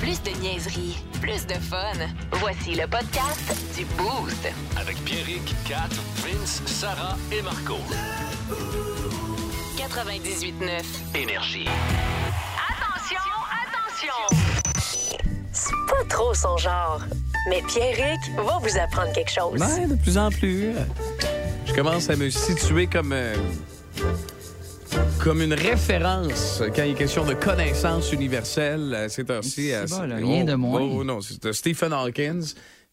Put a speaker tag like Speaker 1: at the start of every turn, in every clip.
Speaker 1: Plus de niaiserie, plus de fun. Voici le podcast du Boost.
Speaker 2: Avec Pierrick, Kat, Vince, Sarah et Marco.
Speaker 1: 98.9.
Speaker 2: Énergie.
Speaker 1: Attention, attention! C'est pas trop son genre. Mais Pierrick va vous apprendre quelque chose.
Speaker 3: Ouais, de plus en plus. Je commence à me situer comme, euh, comme une référence quand il est question de connaissance universelle. euh, C'est aussi.
Speaker 4: C'est bon, là, rien de moins.
Speaker 3: Oh, non, c'est t'as Stephen Hawkins.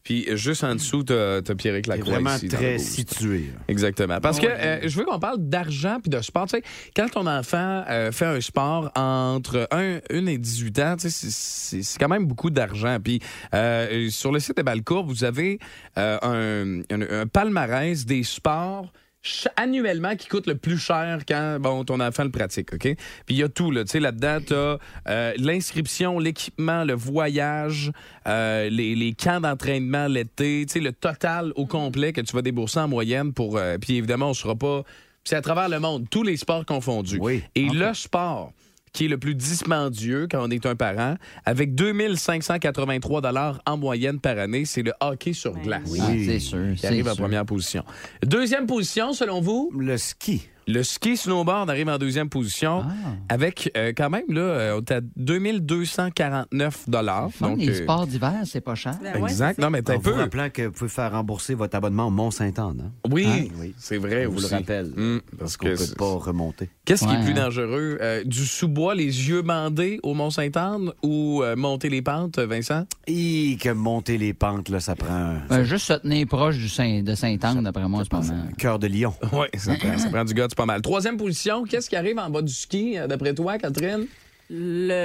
Speaker 3: Puis euh, juste en dessous, t'as as Pierrick Lacroix.
Speaker 5: Vraiment
Speaker 3: ici, dans le
Speaker 5: très
Speaker 3: boost.
Speaker 5: situé. là.
Speaker 3: Exactement. Parce que euh, je veux qu'on parle d'argent puis de sport. Tu sais, quand ton enfant euh, fait un sport entre 1, et 18 ans, tu sais, c'est- c'est c'est quand même beaucoup d'argent. Puis euh, sur le site des Balcourt, vous avez euh, un, un- un palmarès des sports ch- annuellement qui coûte le plus cher quand bon ton enfant le pratique, OK Puis il y a tout là, tu sais là-dedans tu l'inscription, l'équipement, le voyage, euh, les, les camps d'entraînement l'été, tu sais le total au complet que tu vas débourser en moyenne pour euh, puis évidemment, on sera pas c'est à travers le monde, tous les sports confondus.
Speaker 5: Oui.
Speaker 3: Et le sport qui est le plus dispendieux quand on est un parent, avec 2583 dollars en moyenne par année, c'est le hockey sur glace
Speaker 4: Ah, c'est sûr.
Speaker 3: qui
Speaker 4: c'est
Speaker 3: arrive en
Speaker 4: sûr.
Speaker 3: première position. Deuxième position, selon vous,
Speaker 5: Le ski.
Speaker 3: le ski snowboard arrive en deuxième position
Speaker 4: Ah.
Speaker 3: avec euh, quand même là, euh, on est à 2249 dollars.
Speaker 4: Fun, les
Speaker 3: euh,
Speaker 4: sports d'hiver, Ben c'est pas cher.
Speaker 5: Ben
Speaker 4: Ah,
Speaker 3: exact. Non mais t'as
Speaker 5: En vous
Speaker 3: peu.
Speaker 5: rappelant que vous pouvez faire rembourser votre abonnement au Mont-Saint-Anne. hein.
Speaker 3: Oui,
Speaker 5: Ah, oui.
Speaker 3: c'est vrai.
Speaker 5: Je vous le
Speaker 3: aussi.
Speaker 5: rappelle.
Speaker 3: Mm,
Speaker 5: parce
Speaker 3: parce
Speaker 5: qu'on ne
Speaker 3: que
Speaker 5: peut
Speaker 3: c'est-
Speaker 5: pas remonter.
Speaker 3: Qu'est-ce qui est
Speaker 4: Ouais,
Speaker 3: plus
Speaker 4: hein.
Speaker 3: dangereux, euh, du sous-bois, les yeux bandés au Mont-Saint-Anne ou euh, monter les pentes, Vincent
Speaker 5: Et que monter les pentes, là, ça prend un
Speaker 4: Ben, juste se tenir proche du Saint, de Saint-Anne, d'après moi, en ce moment.
Speaker 5: cœur de lion.
Speaker 3: Oui, ça, prend- ça prend du gars, c'est pas mal. Troisième position, qu'est-ce qui arrive en bas du ski, euh, d'après toi, Catherine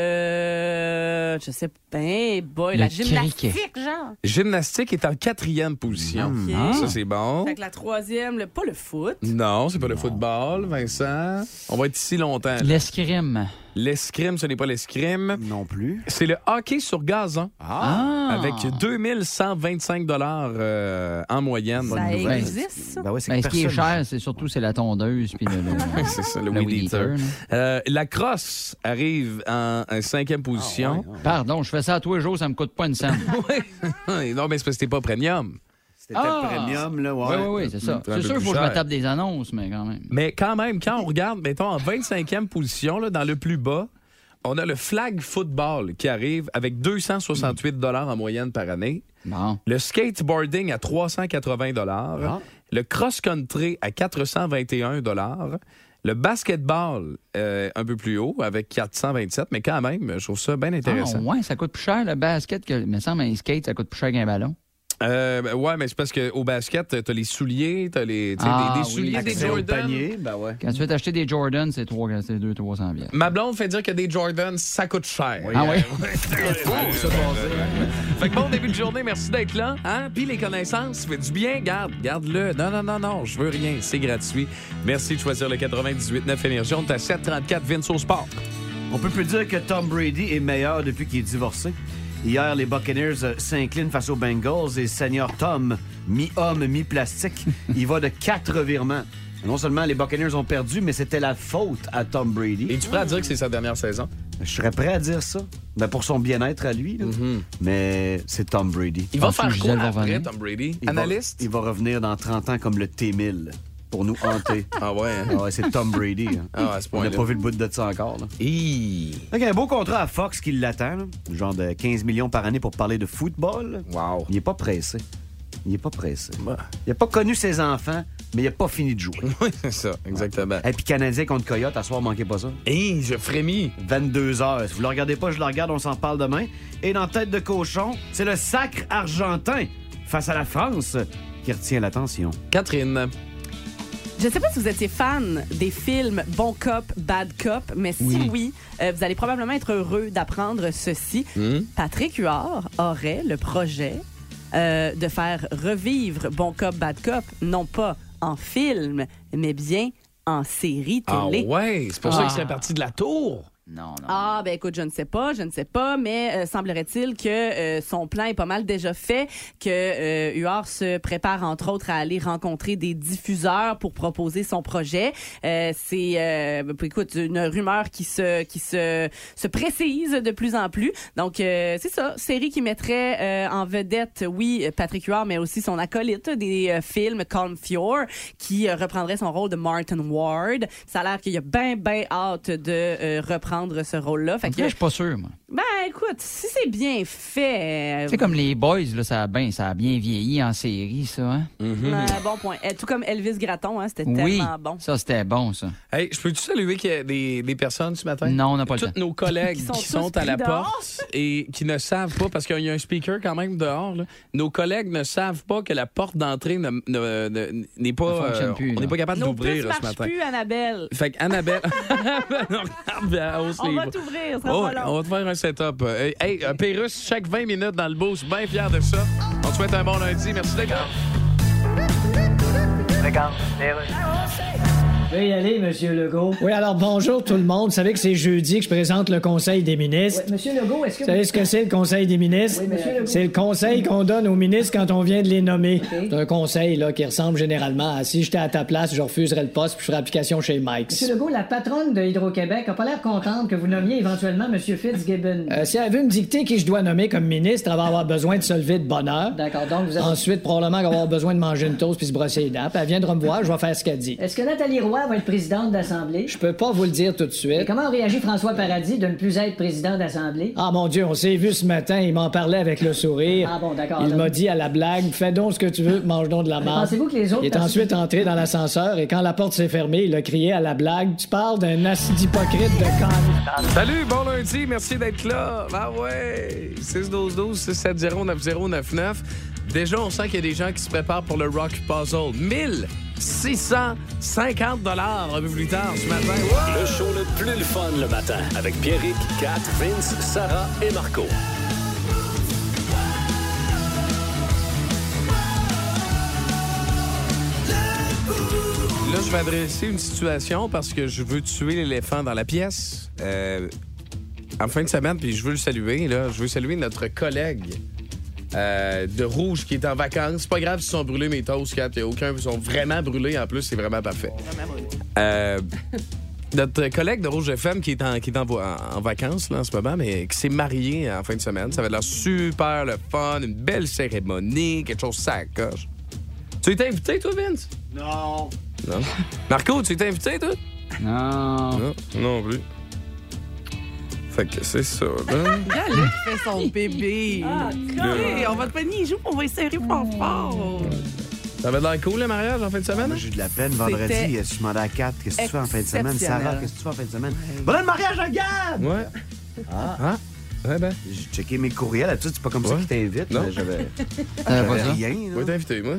Speaker 6: Le. Je sais pas. Hey boy,
Speaker 4: Le
Speaker 6: la gymnastique,
Speaker 4: cricket.
Speaker 6: genre.
Speaker 3: Gymnastique est en quatrième position.
Speaker 5: Hmm.
Speaker 6: Ah.
Speaker 3: Hmm. Ça c'est bon.
Speaker 6: Fait que la troisième, le, pas le foot.
Speaker 3: Non, c'est pas le football, Vincent. On va être ici longtemps. là.
Speaker 4: L'escrime.
Speaker 3: L'escrime, ce n'est pas l'escrime.
Speaker 5: Non plus.
Speaker 3: C'est le hockey sur gazon
Speaker 4: Ah!
Speaker 3: avec 2125 dollars euh, en moyenne.
Speaker 6: Ça
Speaker 4: nouvelle.
Speaker 6: existe, ça?
Speaker 3: Ah
Speaker 5: Ben ouais, c'est
Speaker 4: Ben,
Speaker 5: que
Speaker 4: ce qui est
Speaker 5: personne-
Speaker 4: cher, c'est surtout c'est la tondeuse puis le, le-
Speaker 3: C'est ça, le
Speaker 4: le
Speaker 3: weed
Speaker 4: weed
Speaker 3: eater.
Speaker 4: eater, là.
Speaker 3: Euh, la crosse arrive en, en cinquième
Speaker 5: Ah,
Speaker 3: position.
Speaker 4: Pardon, je fais ça à tous les jours, ça me coûte pas une scène.
Speaker 3: non, mais c'est parce que c'était pas premium.
Speaker 5: C'était
Speaker 4: Ah!
Speaker 5: premium, là, ouais.
Speaker 4: Oui, oui, oui, c'est ça.
Speaker 3: C'est un peu
Speaker 4: C'est sûr
Speaker 3: plus
Speaker 4: qu'il faut que je me
Speaker 3: cher.
Speaker 4: tape des annonces, mais quand même.
Speaker 3: Mais quand même, quand on regarde, mettons, en 25e position, là, dans le plus bas, on a le flag football qui arrive avec 268 dollars en moyenne par année.
Speaker 4: Bon.
Speaker 3: Le skateboarding à 380
Speaker 4: Ah.
Speaker 3: dollars, le cross-country à 421 dollars, le basketball euh, un peu plus haut avec 427, mais quand même, je trouve ça bien
Speaker 4: Ah,
Speaker 3: intéressant.
Speaker 4: ouais, ça coûte plus cher le basket que. Mais ça, un skate, ça coûte plus cher qu'un ballon.
Speaker 3: Euh, ben, ouais, mais c'est parce qu'au basket, t'as les souliers, t'as les, t'sais,
Speaker 4: Ah,
Speaker 3: des, des
Speaker 4: oui.
Speaker 3: souliers des
Speaker 5: Accès au
Speaker 3: Jordan.
Speaker 5: panier, ben ouais.
Speaker 4: Quand tu veux t'acheter des Jordan, c'est 200-300 bières.
Speaker 3: Ma blonde fait dire que des Jordan, ça coûte cher.
Speaker 4: Ah oui?
Speaker 3: Fait que bon début de journée, merci d'être là. Hein? Puis les connaissances, fait du bien, garde, garde-le. Non, non, non, non, je veux rien, c'est gratuit. Merci de choisir le 98.9 Énergie. On est à 734 Vince au sport.
Speaker 5: On peut plus dire que Tom Brady est meilleur depuis qu'il est divorcé. Hier, les Buccaneers euh, s'inclinent face aux Bengals et Seigneur Tom, mi-homme, mi-plastique, il va de quatre virements. Non seulement les Buccaneers ont perdu, mais c'était la faute à Tom Brady.
Speaker 3: Et tu prêt à dire que c'est sa dernière saison?
Speaker 5: Je serais prêt à dire ça. Ben pour son bien-être à lui, là. mais c'est Tom Brady.
Speaker 3: Mm-hmm. Il va
Speaker 4: Penses-tu
Speaker 3: faire
Speaker 4: que
Speaker 3: quoi
Speaker 4: Gisèle va
Speaker 3: après,
Speaker 4: revenir?
Speaker 3: Tom Brady?
Speaker 5: Il va-
Speaker 3: Analyste?
Speaker 5: il va revenir dans 30 ans comme le T-1000 pour nous hanter.
Speaker 3: Ah ouais, hein?
Speaker 5: Ah ouais, c'est Tom Brady. hein.
Speaker 3: Ah, à ce
Speaker 5: On n'a
Speaker 3: point-là.
Speaker 5: pas vu le bout de ça encore. Là.
Speaker 3: Hi.
Speaker 5: Fait qu'il y a un beau contrat à Fox qui l'attend, là. genre de 15 millions par année pour parler de football.
Speaker 3: Wow.
Speaker 5: Il n'est pas pressé. Il n'est pas pressé.
Speaker 3: Ouais.
Speaker 5: Il n'a pas connu ses enfants, mais il n'a pas fini de jouer.
Speaker 3: Oui, c'est ça, exactement.
Speaker 5: Et puis Canadien contre Coyote, à soir, manquez pas ça.
Speaker 3: Hey, je frémis.
Speaker 5: 22 heures. Si vous ne le regardez pas, je le regarde, on s'en parle demain. Et dans Tête de cochon, c'est le sacre argentin face à la France qui retient l'attention.
Speaker 3: Catherine.
Speaker 6: Je sais pas si vous étiez fan des films Bon Cop, Bad Cop, mais si oui, euh, vous allez probablement être heureux d'apprendre ceci.
Speaker 3: Hmm.
Speaker 6: Patrick Huard aurait le projet euh, de faire revivre Bon Cop, Bad Cop, non pas en film, mais bien en série
Speaker 3: Ah
Speaker 6: télé.
Speaker 3: ouais, c'est pour ça
Speaker 4: Ah.
Speaker 3: qu'il serait parti de la tour.
Speaker 4: Non, non.
Speaker 6: Ah, ben écoute, je ne sais pas, je ne sais pas, mais euh, semblerait-il que euh, son plan est pas mal déjà fait, que euh, Huard se prépare, entre autres, à aller rencontrer des diffuseurs pour proposer son projet. Euh, C'est, euh, ben, écoute, une rumeur qui se qui se, se précise de plus en plus. Donc, euh, c'est ça, série qui mettrait euh, en vedette, oui, Patrick Huard, mais aussi son acolyte des euh, films, Calm Fjord, qui euh, reprendrait son rôle de Martin Ward. Ça a l'air qu'il a bien, bien hâte de euh, reprendre ce rôle-là. Fait
Speaker 4: On
Speaker 6: que,
Speaker 4: dirait que je suis pas sûr, moi.
Speaker 6: ben écoute, si c'est bien fait... euh,
Speaker 4: C'est comme les boys, là, ça a bien, ça a bien vieilli en série, ça. Hein?
Speaker 3: Mhm.
Speaker 6: euh, bon point. Euh, Tout comme Elvis Gratton, hein, c'était
Speaker 4: Oui,
Speaker 6: tellement bon.
Speaker 4: ça c'était bon, ça.
Speaker 3: Hey, je peux-tu saluer qu'il y a des, des personnes ce matin?
Speaker 4: Non, on n'a pas le
Speaker 3: Toutes
Speaker 4: temps.
Speaker 3: nos collègues
Speaker 6: Qui
Speaker 3: qui
Speaker 6: sont
Speaker 3: sont,
Speaker 6: tous
Speaker 3: à la
Speaker 6: pris dehors.
Speaker 3: porte et qui ne savent pas, parce qu'il y a un speaker quand même dehors, là. nos collègues ne savent pas que la porte d'entrée ne- ne- ne- n'est pas. euh,
Speaker 4: Ne fonctionne plus,
Speaker 3: on
Speaker 4: là.
Speaker 3: n'est pas capable
Speaker 6: Nos
Speaker 3: d'ouvrir
Speaker 6: puces
Speaker 3: là, ce
Speaker 6: marchent
Speaker 3: matin.
Speaker 6: plus, Annabelle.
Speaker 3: Fait qu'Annabelle. Non, regarde, elle hausse
Speaker 6: On
Speaker 3: les
Speaker 6: va
Speaker 3: bras.
Speaker 6: t'ouvrir, ça sera
Speaker 3: Oh,
Speaker 6: pas long.
Speaker 3: on va te faire un setup. Euh, Hey, euh, Pérus, chaque 20 minutes dans le boost, bien fier de ça. On te souhaite un bon lundi. Merci d'être là.
Speaker 7: Veuillez y aller, Monsieur Legault.
Speaker 8: Oui, alors bonjour tout le monde. Vous savez que c'est jeudi que je présente le Conseil des ministres.
Speaker 7: Monsieur Legault, est-ce que
Speaker 8: Vous savez ce que c'est le Conseil des ministres?
Speaker 7: Oui, monsieur Legault.
Speaker 8: c'est le conseil qu'on donne aux ministres quand on vient de les nommer. C'est un conseil là, qui ressemble généralement à si j'étais à ta place, je refuserais le poste puis je ferais application chez Mike.
Speaker 7: Monsieur Legault, la patronne de Hydro-Québec a pas l'air contente que vous nommiez éventuellement Monsieur Fitzgibbon.
Speaker 8: Euh, si elle veut me dicter qui je dois nommer comme ministre, elle va avoir besoin de se lever de bonne heure.
Speaker 7: D'accord, donc vous êtes...
Speaker 8: Ensuite, probablement qu'elle va avoir besoin de manger une toast puis se brosser les dents. Puis elle viendra me voir, je vais faire ce qu'elle dit.
Speaker 7: Est-ce que Nathalie Roy va être présidente d'Assemblée?
Speaker 8: Je peux pas vous le dire tout de suite.
Speaker 7: Et comment réagit François Paradis de ne plus être président d'Assemblée?
Speaker 8: Ah mon Dieu, on s'est vu ce matin, il m'en parlait avec le sourire.
Speaker 7: Ah bon, d'accord.
Speaker 8: Il
Speaker 7: Donc-
Speaker 8: m'a dit à la blague, fais donc ce que tu veux, mange donc de la marde.
Speaker 7: Pensez-vous que les autres
Speaker 8: Il est
Speaker 7: personnes-
Speaker 8: ensuite entré dans l'ascenseur et quand la porte s'est fermée, il a crié à la blague, tu parles d'un acide hypocrite de con.
Speaker 3: Salut, bon lundi, merci d'être là. Ah ouais, 612-12-670-9099. Déjà, on sent qu'il y a des gens qui se préparent pour le Rock Puzzle. 1650 dollars un peu plus tard ce matin. Ouais.
Speaker 2: Le show le plus le fun le matin avec Pierrick, Kat, Vince, Sarah et Marco.
Speaker 3: Là, je vais adresser une situation parce que je veux tuer l'éléphant dans la pièce. Euh, en fin de semaine, puis je veux le saluer, là. Je veux saluer notre collègue euh, de Rouge qui est en vacances. C'est pas grave s'ils sont brûlés, mes toasts, Kat. y a aucun. Ils sont vraiment brûlés. En plus, c'est vraiment parfait. Euh, notre collègue de Rouge FM qui est en, qui est en, vo- en- en vacances là, en ce moment, mais qui s'est marié en fin de semaine. Ça va être l'air super le fun, une belle cérémonie, quelque chose sacoche. Tu es invité, toi, Vince?
Speaker 5: Non.
Speaker 3: Non. Marco, tu t'es invité, toi?
Speaker 4: Non.
Speaker 3: Non, non plus. Fait que c'est ça, là.
Speaker 9: Là, qui fait son bébé.
Speaker 3: Là,
Speaker 9: Hey, on va te pogner, il joue, on va serrer fort fort.
Speaker 3: Ça avait l'air cool, le mariage, en fin de semaine?
Speaker 5: Moi, j'ai eu de la peine vendredi. euh, Je demandais à 4 qu'est-ce que tu fais en fin de semaine? Sarah,
Speaker 9: exceptionnel.
Speaker 5: qu'est-ce que tu fais en fin de semaine? Voilà le mariage à Gab!
Speaker 3: Ouais. Ah. Ouais, ben.
Speaker 5: J'ai checké mes courriels là-dessus, c'est pas comme ça
Speaker 3: Ouais.
Speaker 5: qu'ils t'invitent.
Speaker 3: Non. Euh,
Speaker 5: mais J'avais
Speaker 4: T'avais pas
Speaker 5: j'avais
Speaker 4: ça?
Speaker 5: rien. là.
Speaker 3: Ouais, t'es invité, moi.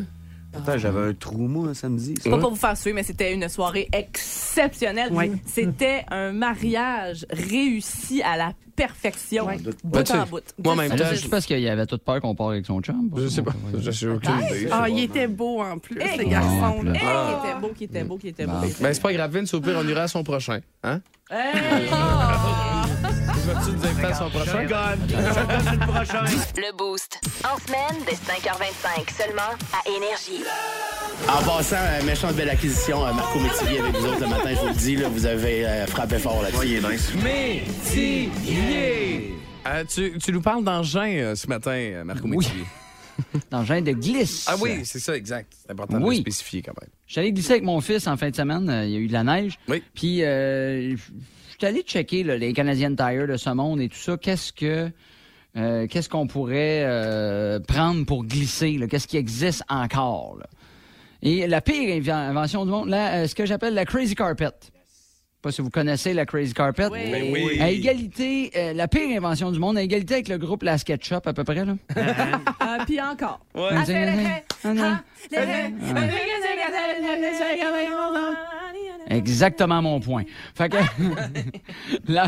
Speaker 5: Pourtant, j'avais un trou, moi, un samedi.
Speaker 3: Ouais.
Speaker 6: Pas pour vous faire suer, mais c'était une soirée exceptionnelle.
Speaker 9: Ouais.
Speaker 6: C'était un mariage réussi à la perfection,
Speaker 3: Ben,
Speaker 6: bout
Speaker 3: tu sais,
Speaker 6: en bout.
Speaker 3: Moi, en même
Speaker 4: Ah,
Speaker 3: temps,
Speaker 4: là,
Speaker 3: je,
Speaker 4: C'est parce qu'il avait toute peur qu'on part avec son chum.
Speaker 3: je sais pas. Je sais aucune idée.
Speaker 9: Ah, il était beau en plus,
Speaker 6: Hey,
Speaker 9: ce
Speaker 4: non,
Speaker 9: garçon-là.
Speaker 4: là.
Speaker 6: Hey,
Speaker 9: Hey,
Speaker 6: qui était beau, qui était beau, qui était beau.
Speaker 3: Ben, c'est pas grave, Vince, au pire, on ira à son prochain. Hein?
Speaker 6: Hey!
Speaker 3: Je vais-tu nous inviter à son prochain?
Speaker 1: Le Boost. En semaine, dès 5h25, seulement à Énergie.
Speaker 10: En passant, euh, méchante belle acquisition, euh, Marco Métivier avec vous autres le matin, je vous le dis, là, vous avez euh, frappé fort là-dessus.
Speaker 3: Mais, si, Euh, tu, tu nous parles d'engin euh, ce matin, euh, Marco
Speaker 4: Oui.
Speaker 3: Métivier.
Speaker 4: Dans le genre de glisse.
Speaker 3: Ah oui, c'est ça, exact. C'est important de
Speaker 4: Oui.
Speaker 3: le spécifier quand même.
Speaker 4: J'allais glisser avec mon fils en fin de semaine. euh, Il y a eu de la neige.
Speaker 3: Oui.
Speaker 4: Puis, euh, j'étais allé checker là, les Canadian Tire de ce monde et tout ça. Qu'est-ce que. euh, qu'est-ce qu'on pourrait euh, prendre pour glisser? là? Qu'est-ce qui existe encore? là? Et la pire inven- invention du monde, là, euh, ce que j'appelle la Crazy Carpet. Je sais pas si vous connaissez la Crazy Carpet.
Speaker 6: Ben
Speaker 3: oui.
Speaker 4: À égalité, euh, la pire invention du monde, à égalité avec le groupe La Sketchup à peu près. Là.
Speaker 6: Ah, puis encore.
Speaker 4: Ah, c'est-
Speaker 6: Ah,
Speaker 4: ah, non.
Speaker 6: les- les- les- les- les- les- les- les- les- les- les- les- les-
Speaker 4: Exactement mon point. Fait que la-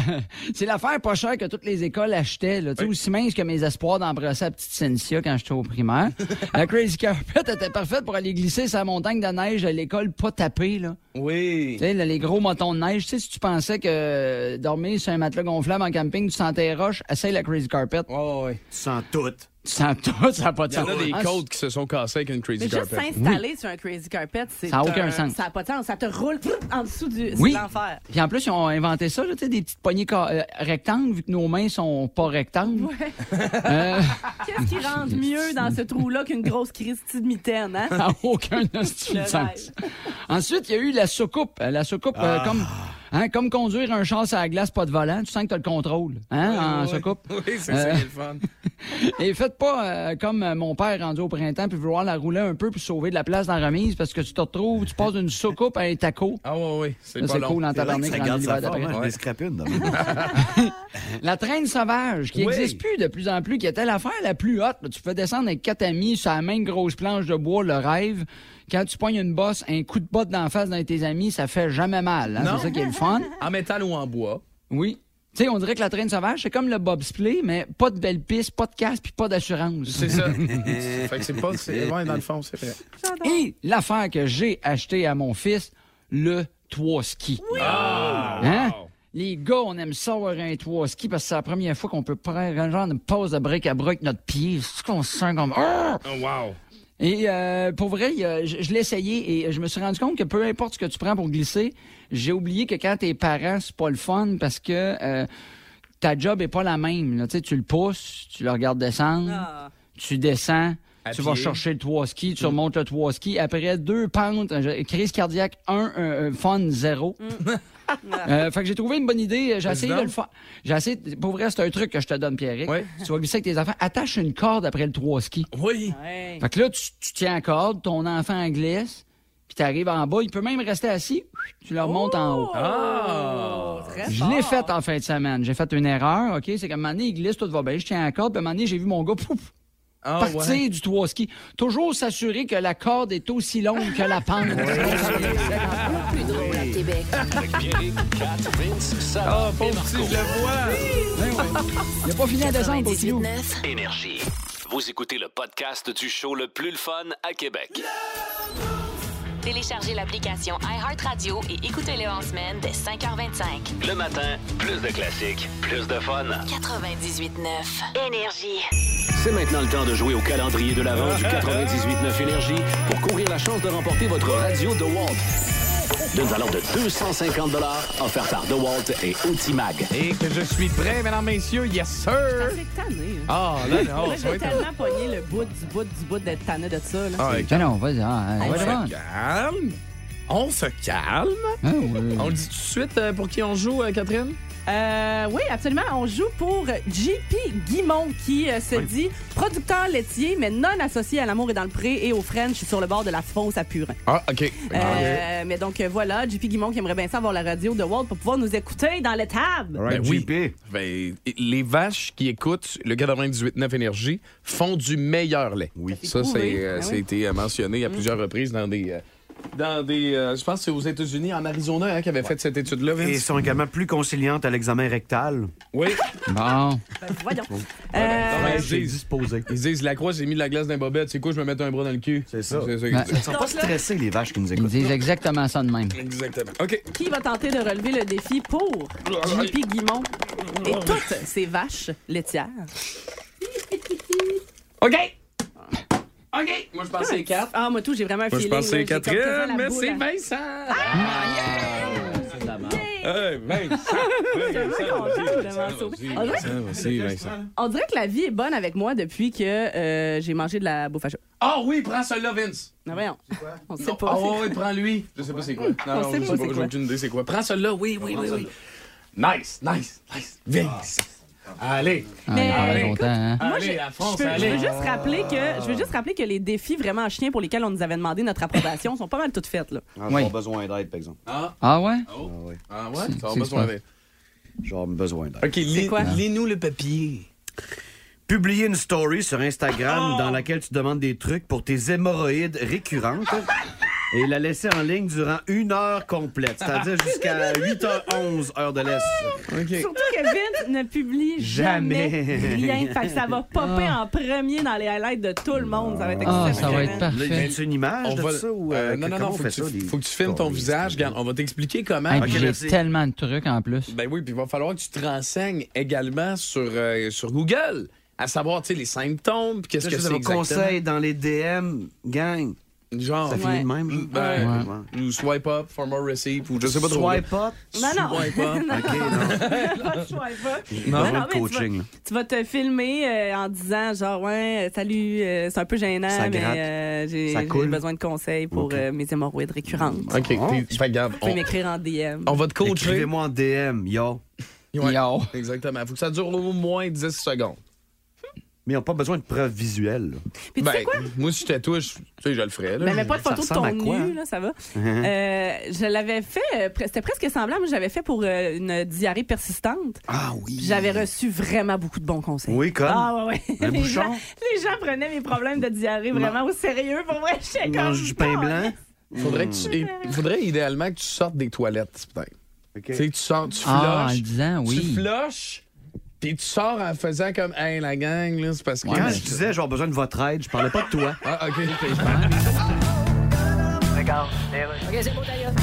Speaker 4: c'est l'affaire pas chère que toutes les écoles achetaient. Là. Tu sais, Aussi mince que mes espoirs d'embrasser la petite Cynthia quand j'étais au primaire. la Crazy Carpet était parfaite pour aller glisser sa montagne de neige à l'école pas tapée. Là.
Speaker 2: Oui.
Speaker 4: Tu sais, là, les gros motons de neige, tu sais, si tu pensais que euh, dormir sur un matelas gonflable en camping, tu sentais les roches, essaye la Crazy Carpet.
Speaker 3: Oh, ouais.
Speaker 5: Tu sens tout.
Speaker 4: Tu sens tout, ça n'a pas de
Speaker 3: Il y en
Speaker 4: sens.
Speaker 3: a des
Speaker 4: Ah,
Speaker 3: codes qui se sont cassés avec une
Speaker 6: Mais
Speaker 3: crazy
Speaker 6: juste
Speaker 3: carpet.
Speaker 6: s'installer sur un crazy carpet, c'est
Speaker 4: Ça a aucun
Speaker 6: un-
Speaker 4: sens.
Speaker 6: Ça n'a pas de sens. Ça te roule en dessous du. c'est
Speaker 4: Oui.
Speaker 6: l'enfer.
Speaker 4: Puis en plus, ils ont inventé ça, là, tu sais, des petites poignées ca- euh, rectangles, vu que nos mains sont pas rectangles. Euh,
Speaker 6: Qu'est-ce qui rentre mieux dans ce trou-là qu'une grosse Christie de mitaine, hein?
Speaker 4: ça n'a aucun hostie de
Speaker 6: Le
Speaker 4: sens. Ensuite, il y a eu la soucoupe. Euh, La soucoupe, euh,
Speaker 3: Ah.
Speaker 4: comme, hein, comme conduire un char à la glace, pas de volant, tu sens que tu as le contrôle hein, en soucoupe. Euh,
Speaker 3: Oui, c'est ça qui est le fun.
Speaker 4: Et faites pas euh, comme euh, mon père rendu au printemps, puis vouloir la rouler un peu puis sauver de la place dans la remise, parce que tu te retrouves, tu passes d'une soucoupe à un taco.
Speaker 3: Ah, ouais, ouais. C'est
Speaker 4: Là,
Speaker 3: pas
Speaker 4: C'est
Speaker 3: long.
Speaker 4: cool en
Speaker 5: C'est vrai que
Speaker 4: tabarnak
Speaker 5: ça
Speaker 4: dans
Speaker 5: garde
Speaker 4: l'hiver
Speaker 5: sa forme.
Speaker 4: d'après.
Speaker 5: hein. Je vais scraper une demain.
Speaker 4: La traîne sauvage, qui
Speaker 3: Oui.
Speaker 4: n'existe plus de plus en plus, qui était l'affaire la plus haute. Tu peux descendre avec quatre amis sur la même grosse planche de bois, le rêve. Quand tu pognes une bosse, un coup de botte d'en face d'un de tes amis, ça fait jamais mal. hein.
Speaker 3: Non.
Speaker 4: C'est ça qui est le fun.
Speaker 3: En métal ou en bois.
Speaker 4: Oui. Tu sais, on dirait que la traîne sauvage, c'est comme le bobsleigh, mais pas de belle piste, pas de casse, puis pas d'assurance.
Speaker 3: C'est ça. fait que c'est pas. c'est- Ouais, dans le fond, c'est vrai.
Speaker 4: Et l'affaire que j'ai achetée à mon fils, le toit ski.
Speaker 3: Ah,
Speaker 4: Hein? Les gars, on aime ça avoir un toit ski parce que c'est la première fois qu'on peut prendre un genre de pause de bric à bric avec notre pied. C'est qu'on se sent comme... Ah!
Speaker 3: Oh, wow.
Speaker 4: Et euh, pour vrai, il y a- je, je l'ai essayé et je me suis rendu compte que peu importe ce que tu prends pour glisser, j'ai oublié que quand tes parents, c'est pas le fun parce que euh, ta job est pas la même. là. Tu sais, tu le pousses, tu le regardes descendre, tu descends,
Speaker 3: À
Speaker 4: tu
Speaker 3: pied.
Speaker 4: vas chercher le toit ski,
Speaker 3: Mm.
Speaker 4: tu remontes le toit ski. Après deux pentes, je- crise cardiaque, un, euh, euh, fun, zéro.
Speaker 3: Mm.
Speaker 4: Euh, fait que j'ai trouvé une bonne idée. euh, J'ai essayé de le faire. J'ai essayé, de- pour vrai, c'est un truc que je te donne, Pierre.
Speaker 3: Oui.
Speaker 4: Tu vas glisser avec tes enfants. Attache une corde après le toit ski.
Speaker 3: Oui.
Speaker 6: Ouais.
Speaker 4: Fait que là, tu, tu tiens la corde, ton enfant en glisse, puis t'arrives en bas, il peut même rester assis, tu le remontes en
Speaker 3: Oh!
Speaker 4: haut.
Speaker 3: Ah.
Speaker 6: Très
Speaker 4: Je l'ai
Speaker 6: fort.
Speaker 4: fait en fin de semaine. J'ai fait une erreur, OK? C'est qu'à un moment donné, il glisse, tout va bien. Je tiens la corde, puis à un moment donné, j'ai vu mon gars pouf,
Speaker 3: Ah,
Speaker 4: partir
Speaker 3: ouais.
Speaker 4: du toit ski. Toujours s'assurer que la corde est aussi longue que la pente.
Speaker 1: Plus drôle à Québec.
Speaker 2: Avec Pierrick, Kat, Vince, Sarah
Speaker 3: Ah,
Speaker 2: et
Speaker 3: pauvre petit,
Speaker 2: Marco.
Speaker 3: je le vois.
Speaker 4: Il n'a pas fini à descendre, pour
Speaker 1: 98.9.
Speaker 4: Pilou.
Speaker 2: Énergie. Vous écoutez le podcast du show le plus le fun à Québec.
Speaker 11: Téléchargez l'application iHeartRadio et écoutez-le en semaine dès 5h25.
Speaker 2: Le matin, plus de classiques, plus de fun.
Speaker 11: 98.9. Énergie.
Speaker 2: C'est maintenant le temps de jouer au calendrier de l'Avent du 98.9 Énergie pour courir la chance de remporter votre radio DeWalt. D'une valeur de 250 offerte par DeWalt et Ultimag.
Speaker 3: Et que je suis prêt, mesdames, messieurs. Yes,
Speaker 6: Ça
Speaker 3: sir.
Speaker 6: fait tanné, hein.
Speaker 3: Ah, là, non.
Speaker 6: Là,
Speaker 3: ça va
Speaker 6: j'ai
Speaker 3: être-
Speaker 6: tellement pogné le bout du bout du bout d'être tanné de ça. Là.
Speaker 3: Ah,
Speaker 4: Ah non, vas-y, ah,
Speaker 3: On
Speaker 4: ouais,
Speaker 3: se
Speaker 4: devant.
Speaker 3: calme. On se calme.
Speaker 4: Ah, ouais.
Speaker 3: On le dit tout de suite euh, pour qui on joue, euh, Catherine?
Speaker 6: Euh, oui, absolument. On joue pour JP Guimont qui euh, se dit producteur laitier, mais non associé à l'amour et dans le pré et au French sur le bord de la fosse à Purin.
Speaker 3: Ah, OK.
Speaker 6: Euh, mais donc euh, voilà, JP Guimont qui aimerait bien ça avoir la radio de Walt pour pouvoir nous écouter dans l'étable.
Speaker 3: Ben
Speaker 5: Alright,
Speaker 3: oui.
Speaker 5: JP.
Speaker 3: Ben, les vaches qui écoutent le 98.9 Énergie font du meilleur lait. Oui. Ça, c'est,
Speaker 6: prouvé.
Speaker 3: euh,
Speaker 6: Ah
Speaker 3: ça a
Speaker 6: oui.
Speaker 3: été euh, mentionné à plusieurs reprises dans des... euh, dans des euh, je pense que c'est aux États-Unis, en Arizona, hein, qui avait fait cette étude-là. Vince.
Speaker 5: Et sont également plus conciliantes à l'examen rectal.
Speaker 3: Oui.
Speaker 4: Bon.
Speaker 6: Ben, voyons.
Speaker 3: Non,
Speaker 6: Euh,
Speaker 3: mais ils,
Speaker 5: J'ai
Speaker 3: disent,
Speaker 5: disposé.
Speaker 3: ils disent, la croix, j'ai mis de la glace dans les bobettes. C'est quoi, je me mets un bras dans le cul?
Speaker 5: C'est ça.
Speaker 3: C'est ça qu'ils
Speaker 4: Ben,
Speaker 5: Ils
Speaker 3: disent.
Speaker 5: sont pas stressés, les vaches qui nous
Speaker 4: Ils
Speaker 5: écoutent.
Speaker 4: disent exactement ça de même.
Speaker 3: Exactement. OK.
Speaker 6: qui va tenter de relever le défi pour JP Guimont et toutes ces vaches laitières?
Speaker 3: OK! OK! Moi, je pense que c'est quatre.
Speaker 6: Ah, moi tout, j'ai vraiment un
Speaker 3: Moi, je
Speaker 6: feeling.
Speaker 3: pense que
Speaker 6: là.
Speaker 3: c'est
Speaker 6: J'ai comme quasiment
Speaker 3: Catherine,
Speaker 6: la
Speaker 3: mais
Speaker 6: boule Ah,
Speaker 3: c'est
Speaker 6: à-
Speaker 3: Vincent! Hey, Vincent!
Speaker 6: vraiment content, Vincent, Vincent,
Speaker 3: Merci, Vincent.
Speaker 6: On dirait que la vie est bonne avec moi depuis que euh, j'ai mangé de la bouffe à chat.
Speaker 3: Ah oui, prends celui-là, Vince!
Speaker 6: Non, Ah, voyons. On sait
Speaker 3: Non,
Speaker 6: pas.
Speaker 3: Ah oui, prends lui. Je sais pas c'est quoi. Non,
Speaker 6: On
Speaker 3: non, je
Speaker 6: sait
Speaker 3: sais
Speaker 6: pas c'est
Speaker 3: pas, j'ai
Speaker 6: quoi.
Speaker 3: aucune idée c'est quoi. Prends celui-là, oui, oui, oui, oui. Nice, nice, nice. Vince! Allez!
Speaker 6: Mais-
Speaker 4: Ah,
Speaker 3: Allez,
Speaker 4: longtemps, hein?
Speaker 6: Moi,
Speaker 3: Allez,
Speaker 6: je-
Speaker 3: la France,
Speaker 6: je, veux, je veux
Speaker 3: allez!
Speaker 6: juste rappeler que je veux juste rappeler que les défis vraiment chiens pour lesquels on nous avait demandé notre approbation sont pas mal toutes faites là.
Speaker 5: Ah,
Speaker 4: Oui.
Speaker 5: Ils ont besoin d'aide, par exemple.
Speaker 3: Ah,
Speaker 4: Ah ouais?
Speaker 3: oh.
Speaker 5: oui.
Speaker 3: Ah ouais?
Speaker 4: C'est- Ah.
Speaker 3: Ça va
Speaker 4: c'est
Speaker 3: besoin
Speaker 4: ça.
Speaker 3: d'aide.
Speaker 5: Genre, besoin d'aide.
Speaker 3: OK, lis-
Speaker 6: quoi?
Speaker 3: lis-nous le papier.
Speaker 5: Publier une
Speaker 3: Oh.
Speaker 5: story sur Instagram dans laquelle tu demandes des trucs pour tes hémorroïdes récurrentes et l'a laissé en ligne durant une heure complète, c'est-à-dire jusqu'à 8h11, heure de l'Est.
Speaker 6: Surtout que Vince ne publie jamais,
Speaker 5: Jamais.
Speaker 6: rien. Fait que ça va popper
Speaker 5: Ah.
Speaker 6: en premier dans les highlights de tout le monde. Ça va être
Speaker 5: Ah,
Speaker 6: exceptionnel.
Speaker 5: ça va être parfait.
Speaker 3: Là,
Speaker 5: C'est une image
Speaker 3: on
Speaker 5: de ça ou, euh,
Speaker 3: non, non,
Speaker 5: comment
Speaker 3: non,
Speaker 5: on
Speaker 3: faut que,
Speaker 5: fait
Speaker 3: tu,
Speaker 5: ça, les-
Speaker 3: faut que tu filmes ton visage. Regarde, on va t'expliquer comment.
Speaker 4: Hey, puis j'ai tellement de trucs en plus.
Speaker 3: Ben oui, puis il va falloir que tu te renseignes également sur, euh, sur Google, à savoir, tu sais, les symptômes, puis qu'est-ce
Speaker 5: Ça,
Speaker 3: que
Speaker 5: ça
Speaker 3: c'est
Speaker 5: va
Speaker 3: exactement.
Speaker 5: conseil dans les DM, gang.
Speaker 3: Genre.
Speaker 5: Ça finit de même. là?
Speaker 3: Ben,
Speaker 5: Ouais.
Speaker 3: Ou swipe up for more receipt, ou je sais pas trop.
Speaker 5: Swipe up?
Speaker 6: Non, non.
Speaker 3: Swipe up.
Speaker 6: Non,
Speaker 5: OK,
Speaker 6: non. Pas de choix, pas.
Speaker 5: Non,
Speaker 6: Non, non,
Speaker 5: le
Speaker 6: mais tu
Speaker 5: coaching,
Speaker 6: vas-
Speaker 5: là.
Speaker 6: Tu vas te filmer euh, en disant genre ouais euh, salut euh, c'est un peu gênant
Speaker 3: Ça
Speaker 6: mais
Speaker 3: gratte.
Speaker 6: euh, j'ai
Speaker 3: Ça
Speaker 6: j'ai
Speaker 3: coule.
Speaker 6: besoin de conseils pour euh, mes hémorroïdes récurrentes.
Speaker 3: OK, t'es- fait que garde,
Speaker 6: Vous
Speaker 3: on-
Speaker 6: pouvez m'écrire en DM.
Speaker 3: On va te coacher.
Speaker 5: Écrivez-moi en DM, yo.
Speaker 3: Ouais, Oh, Exactement. Faut que ça dure au moins 10 secondes.
Speaker 5: Mais ils n'ont pas besoin de preuves visuelles. là.
Speaker 3: Ben, moi, si je tatouais, je- tu sais, je le ferais. là.
Speaker 6: Ben, Mais mets pas de
Speaker 5: Ça
Speaker 6: photo de
Speaker 5: ressemble
Speaker 6: ton
Speaker 5: à quoi,
Speaker 6: nu,
Speaker 5: hein?
Speaker 6: là, ça va.
Speaker 5: Mhm.
Speaker 6: Euh, je l'avais fait, euh, pre- c'était presque semblable, j'avais fait pour euh, une diarrhée persistante.
Speaker 5: Ah oui.
Speaker 6: J'avais reçu vraiment beaucoup de bons conseils.
Speaker 5: Oui, comme?
Speaker 6: Ah ouais, ouais.
Speaker 5: Un
Speaker 6: les,
Speaker 5: bouchon?
Speaker 6: gens, les gens prenaient mes problèmes de diarrhée vraiment au sérieux. Pour vrai, j'étais comme...
Speaker 5: Mange du pain blanc. Hmm.
Speaker 3: Faudrait, que tu- il faudrait idéalement que tu sortes des toilettes, peut-être. Tu sais, tu sors, tu flushes.
Speaker 4: Ah, en le disant, oui.
Speaker 3: Tu flushes, puis tu sors en faisant comme, hey, la gang, là, c'est parce que.
Speaker 5: Quand je disais, j'aurais besoin de votre aide, je parlais pas de toi.
Speaker 3: Ah, OK,
Speaker 12: D'accord. OK, c'est bon, d'ailleurs.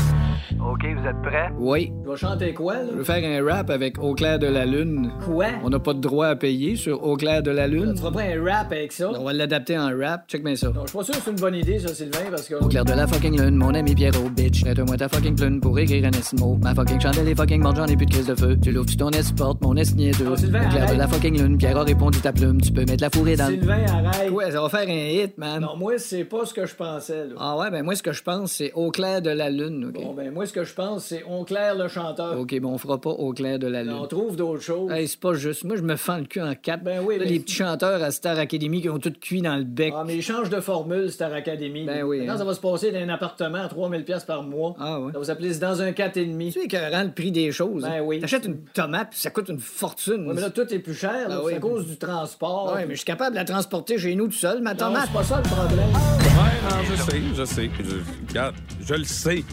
Speaker 12: OK, vous êtes prêts?
Speaker 8: Oui. Je vais chanter quoi, là? Je vais faire un rap avec Au clair de la lune. Quoi? On n'a pas de droit à payer sur Au clair de la lune.
Speaker 7: Tu feras pas un rap avec ça?
Speaker 8: On va l'adapter en rap. Check bien ça.
Speaker 7: Non, je suis pas sûr que c'est une bonne idée, ça, Sylvain, parce que.
Speaker 8: Au clair de la fucking lune, mon ami Pierrot, bitch. Mette-moi ta fucking plume pour écrire un esmo. Ma fucking chandelle est fucking morte, j'en ai plus de crise de feu. Tu l'ouvres, tu ton porte, mon es niaiseux. Au
Speaker 7: Sylvain,
Speaker 8: clair de
Speaker 7: arrête.
Speaker 8: la fucking lune, Pierrot répond ta plume. Tu peux mettre la fourrée dans le-
Speaker 7: Sylvain, arrête.
Speaker 8: Ouais, ça va faire un hit, man.
Speaker 7: Non, moi, c'est pas ce que je pensais, là.
Speaker 8: Ah ouais, ben moi, ce que je pense, c'est Au clair de la lune, OK?
Speaker 7: Bon, ben, moi, ce que je pense, c'est On claire le chanteur.
Speaker 8: OK, bon, on fera pas Au clair de la lune.
Speaker 7: On trouve d'autres choses.
Speaker 8: Hey, c'est pas juste. Moi, je me fends le cul en quatre. Ben oui,
Speaker 7: mais-
Speaker 8: Les petits chanteurs à Star Academy qui ont tout cuit dans le bec.
Speaker 7: Ah, mais ils changent de formule, Star Academy.
Speaker 8: Ben oui,
Speaker 7: Maintenant,
Speaker 8: hein.
Speaker 7: ça va se passer d'un appartement à 3000 pièces par mois.
Speaker 8: Ah ouais.
Speaker 7: Ça va s'appeler C'est dans un 4,5.
Speaker 8: Tu sais écœurant le prix des choses.
Speaker 7: Ben
Speaker 8: hein.
Speaker 7: oui.
Speaker 8: T'achètes une tomate, puis ça coûte une fortune.
Speaker 7: Ouais, mais là, tout est plus cher, là,
Speaker 8: Ben
Speaker 7: c'est
Speaker 8: oui.
Speaker 7: à cause du transport.
Speaker 8: Ouais, mais je suis capable de la transporter chez nous tout seul, ma
Speaker 7: Non,
Speaker 8: tomate.
Speaker 7: c'est pas ça le problème.
Speaker 3: Ouais, non, Ah, je sais, je sais. Je, regarde, je le sais.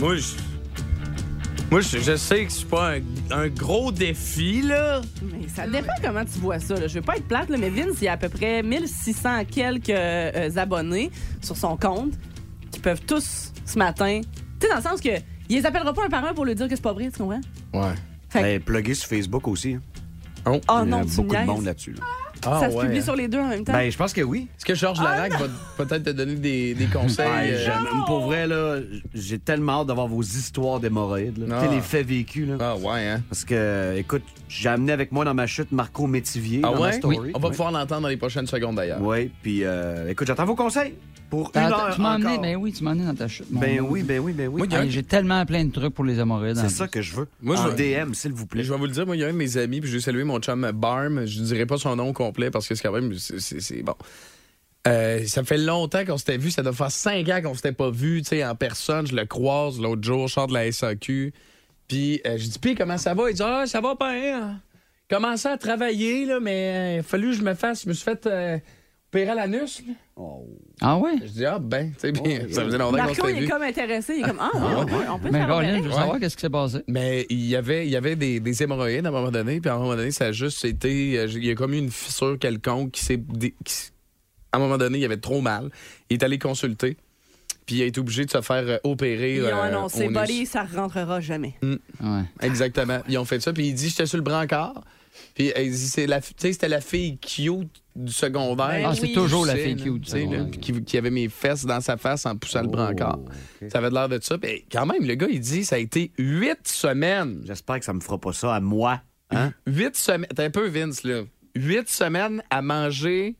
Speaker 3: Moi, je. Moi, je, je sais que c'est pas un, un gros défi, là.
Speaker 6: Mais ça dépend comment tu vois ça. Là. Je veux pas être plate, là, mais Vince, il y a à peu près 1600 quelques euh, abonnés sur son compte qui peuvent tous, ce matin... Tu sais, dans le sens que... Il les appellera pas un par un pour lui dire que c'est pas vrai, tu comprends?
Speaker 3: Ouais.
Speaker 6: Fait que-
Speaker 5: Ben, plugué sur Facebook aussi. hein.
Speaker 3: Oh,
Speaker 6: Ah,
Speaker 5: Il y a
Speaker 6: non, tu
Speaker 5: beaucoup de
Speaker 6: niaises.
Speaker 5: monde là-dessus. là.
Speaker 3: Ah,
Speaker 6: ça se
Speaker 3: hein.
Speaker 6: publie sur les deux en même temps.
Speaker 5: Ah, Ben, je pense que oui.
Speaker 3: Est-ce que Georges Larac va peut-être te donner des, des conseils?
Speaker 5: Ouais,
Speaker 3: euh,
Speaker 5: j'aime- Pour vrai, là, j'ai tellement hâte d'avoir vos histoires d'hémorroïdes. là.
Speaker 3: Ah.
Speaker 5: Tu sais, les faits vécus. Là.
Speaker 3: Ah ouais, hein?
Speaker 5: Parce que, écoute, j'ai amené avec moi dans ma chute Marco Métivier
Speaker 3: Ah
Speaker 5: dans ma
Speaker 3: ouais?
Speaker 5: story.
Speaker 3: On va pouvoir l'entendre dans les prochaines secondes, d'ailleurs.
Speaker 5: Oui, puis euh, écoute, j'attends vos conseils pour une
Speaker 4: T'as-
Speaker 5: heure
Speaker 4: tu m'as
Speaker 5: encore.
Speaker 4: emmené, ben oui, tu m'as emmené dans ta chute. mon
Speaker 5: Ben
Speaker 4: Dieu.
Speaker 5: oui, ben oui, ben oui.
Speaker 4: Hey, J'ai tellement plein de trucs pour les hémorroïdes. en
Speaker 5: C'est ça
Speaker 4: plus.
Speaker 5: que je veux.
Speaker 3: Moi, je
Speaker 5: en
Speaker 3: veux-
Speaker 5: DM, s'il vous plaît.
Speaker 3: Je vais vous le dire, moi, il y a un de mes amis, puis je vais saluer mon chum Barm. Je dirai pas son nom complet parce que c'est quand même. c'est- C'est c'est- bon. Euh, ça fait longtemps qu'on s'était vu, ça doit faire cinq ans qu'on s'était pas vu, tu sais, en personne. Je le croise l'autre jour, je sors de la SAQ. Puis euh, je dis, puis comment ça va? Il dit, ah, ça va pas, hein? Commencé à travailler, là, mais euh, il a fallu que je me fasse, je me suis fait euh, opérer à l'anus. là.
Speaker 5: Oh.
Speaker 4: Ah ouais?
Speaker 3: Je dis, ah, ben, tu sais, bien, ça faisait longtemps qu'on
Speaker 6: Marco,
Speaker 3: s'était
Speaker 6: il est
Speaker 3: vu.
Speaker 6: comme intéressé. Il est comme, ah, ouais, on peut, on peut
Speaker 4: Mais
Speaker 6: faire opérer.
Speaker 4: Caroline, je veux savoir qu'est-ce qui s'est passé.
Speaker 3: Mais il y avait, il y avait des, des hémorroïdes à un moment donné, puis à un moment donné, ça a juste été. euh, Il y a comme eu une fissure quelconque qui s'est. dé- qui s- à un moment donné, il avait trop mal. Il est allé consulter, puis il a été obligé de se faire euh, opérer.
Speaker 6: Ils ont
Speaker 3: euh,
Speaker 6: annoncé,
Speaker 3: au
Speaker 6: Buddy,
Speaker 3: nus.
Speaker 6: ça rentrera jamais.
Speaker 4: Ouais.
Speaker 3: Exactement. Ils ont fait ça, puis il dit J'étais sur le brancard. Puis euh, il dit, c'est la, fi- tu sais, c'était la fille cute du secondaire.
Speaker 4: Ben Ah, c'est oui. toujours la fille cute du
Speaker 3: Tu sais, là,
Speaker 4: secondaire.
Speaker 3: qui, qui avait mes fesses dans sa face en poussant le brancard.
Speaker 4: Oh,
Speaker 3: Ça avait l'air de ça. Puis quand même, le gars, il dit ça a été huit semaines.
Speaker 5: J'espère que ça me fera pas ça à moi. Hein?
Speaker 3: Huit semaines. T'es un peu Vince, là. Huit semaines à manger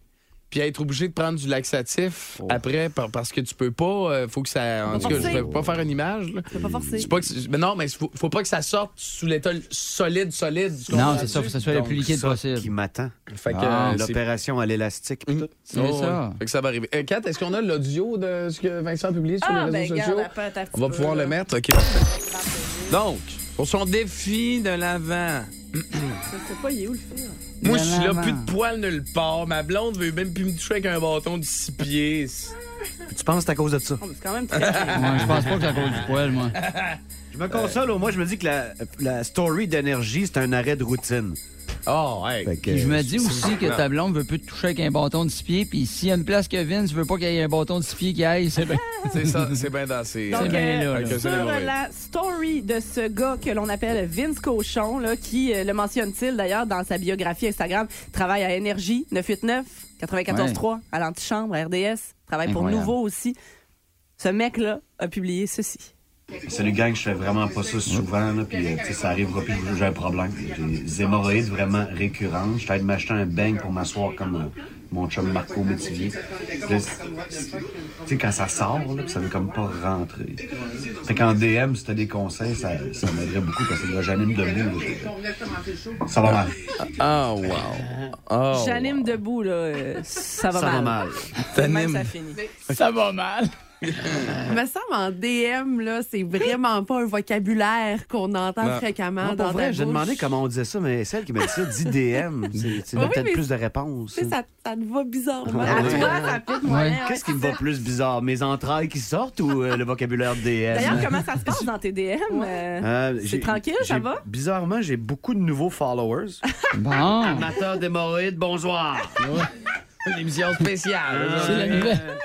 Speaker 3: puis à être obligé de prendre du
Speaker 4: Oh.
Speaker 3: laxatif après par- parce que tu peux pas. euh, faut que ça. En
Speaker 6: Faut
Speaker 3: tout cas, je
Speaker 6: forcer.
Speaker 3: vais pas faire une image. Là.
Speaker 6: Tu peux pas forcer.
Speaker 3: C'est pas que c'est- mais non, mais faut, faut pas que ça sorte sous l'état solide, solide. tu
Speaker 4: Non,
Speaker 3: comprends-tu?
Speaker 4: c'est ça, faut que ça soit le
Speaker 3: Donc,
Speaker 4: plus liquide
Speaker 5: ça
Speaker 4: possible.
Speaker 5: qui m'attend.
Speaker 3: Fait que,
Speaker 4: Ah,
Speaker 3: euh, c'est-
Speaker 5: L'opération à l'élastique. pis tout.
Speaker 4: C'est
Speaker 3: Oh,
Speaker 4: Mm. ça.
Speaker 3: ouais. Fait que ça va arriver. Euh, Kat, est-ce qu'on a l'audio de ce que Vincent a publié sur
Speaker 6: Ah,
Speaker 3: les
Speaker 6: ben,
Speaker 3: réseaux
Speaker 6: regarde,
Speaker 3: sociaux?
Speaker 6: attends un petit
Speaker 3: On va
Speaker 6: peu,
Speaker 3: pouvoir
Speaker 6: là.
Speaker 3: le mettre. OK, parfait. Donc, pour son défi de l'avant.
Speaker 6: Je sais pas, il est où le fil?
Speaker 3: Moi,
Speaker 4: De
Speaker 3: je suis là,
Speaker 4: l'avant.
Speaker 3: plus de poils nulle part. Ma blonde veut même plus me toucher avec un bâton de six pieds.
Speaker 5: Puis Tu penses que c'est à cause de ça?
Speaker 6: C'est quand même
Speaker 4: Ouais, je pense pas que c'est à cause du poil, moi.
Speaker 5: Je me console, au moins, je me dis que la, la story d'énergie, c'est un arrêt de routine.
Speaker 3: Oh, hey.
Speaker 4: Puis je
Speaker 5: euh,
Speaker 4: me dis aussi que ta blonde veut plus te toucher avec un bâton de six pieds, puis s'il y a une place que Vince veut pas qu'il y ait un bâton de six pieds qui aille, c'est bien.
Speaker 3: C'est ça, c'est bien dans ces.
Speaker 6: Donc,
Speaker 3: bien là,
Speaker 6: euh,
Speaker 3: là.
Speaker 6: sur la story de ce gars que l'on appelle Vince Cochon, là, qui euh, le mentionne-t-il d'ailleurs dans sa biographie Instagram, travaille à Énergie 989, 94.3, à l'antichambre, à RDS, travaille pour
Speaker 5: Incroyable.
Speaker 6: Nouveau aussi. Ce mec-là a publié ceci.
Speaker 5: Salut gang, je fais vraiment pas ça souvent, là, puis euh, tu sais, ça arrivera plus que j'ai un problème. J'ai des hémorroïdes vraiment récurrentes. J'étais allé m'acheter un bang pour m'asseoir comme euh, mon chum Marco Métivier. Là, c'est- c'est- Tu sais, quand ça sort, là, puis ça veut comme pas rentrer. Fait qu'en DM, si t'as des conseils, ça, ça m'aiderait beaucoup parce que là, j'anime debout. là. Ça va mal.
Speaker 3: Ah, wow. Oh.
Speaker 6: J'anime debout, là, euh, ça va
Speaker 5: Ça va
Speaker 6: mal.
Speaker 5: mal.
Speaker 6: Même
Speaker 3: T'animes.
Speaker 6: ça finit.
Speaker 3: Ça va mal.
Speaker 9: Il me semble en DM, là, c'est vraiment pas un vocabulaire qu'on entend
Speaker 5: Non.
Speaker 9: fréquemment
Speaker 5: Non, pour
Speaker 9: dans
Speaker 5: vrai,
Speaker 9: ta
Speaker 5: j'ai
Speaker 9: bouche.
Speaker 5: demandé comment on disait ça, mais celle qui m'a dit ça dit DM. C'est c'est
Speaker 9: Oui,
Speaker 5: peut-être
Speaker 9: mais-
Speaker 5: plus de réponses.
Speaker 9: Tu sais, ça, hein, ça te va bizarrement.
Speaker 5: Ouais.
Speaker 9: À toi, ça pique moi.
Speaker 5: Ouais. Qu'est-ce qui me va plus bizarre, mes entrailles qui sortent ou euh, le vocabulaire DM?
Speaker 6: D'ailleurs, comment ça se passe dans tes DM? euh,
Speaker 5: Euh,
Speaker 6: c'est
Speaker 5: j'ai-
Speaker 6: tranquille, ça
Speaker 5: j'ai-
Speaker 6: va?
Speaker 5: Bizarrement, j'ai beaucoup de nouveaux followers.
Speaker 4: Bon.
Speaker 5: Amateurs d'hémorroïdes, bonsoir.
Speaker 3: Une émission spéciale.
Speaker 5: Euh,
Speaker 4: C'est la nouvelle.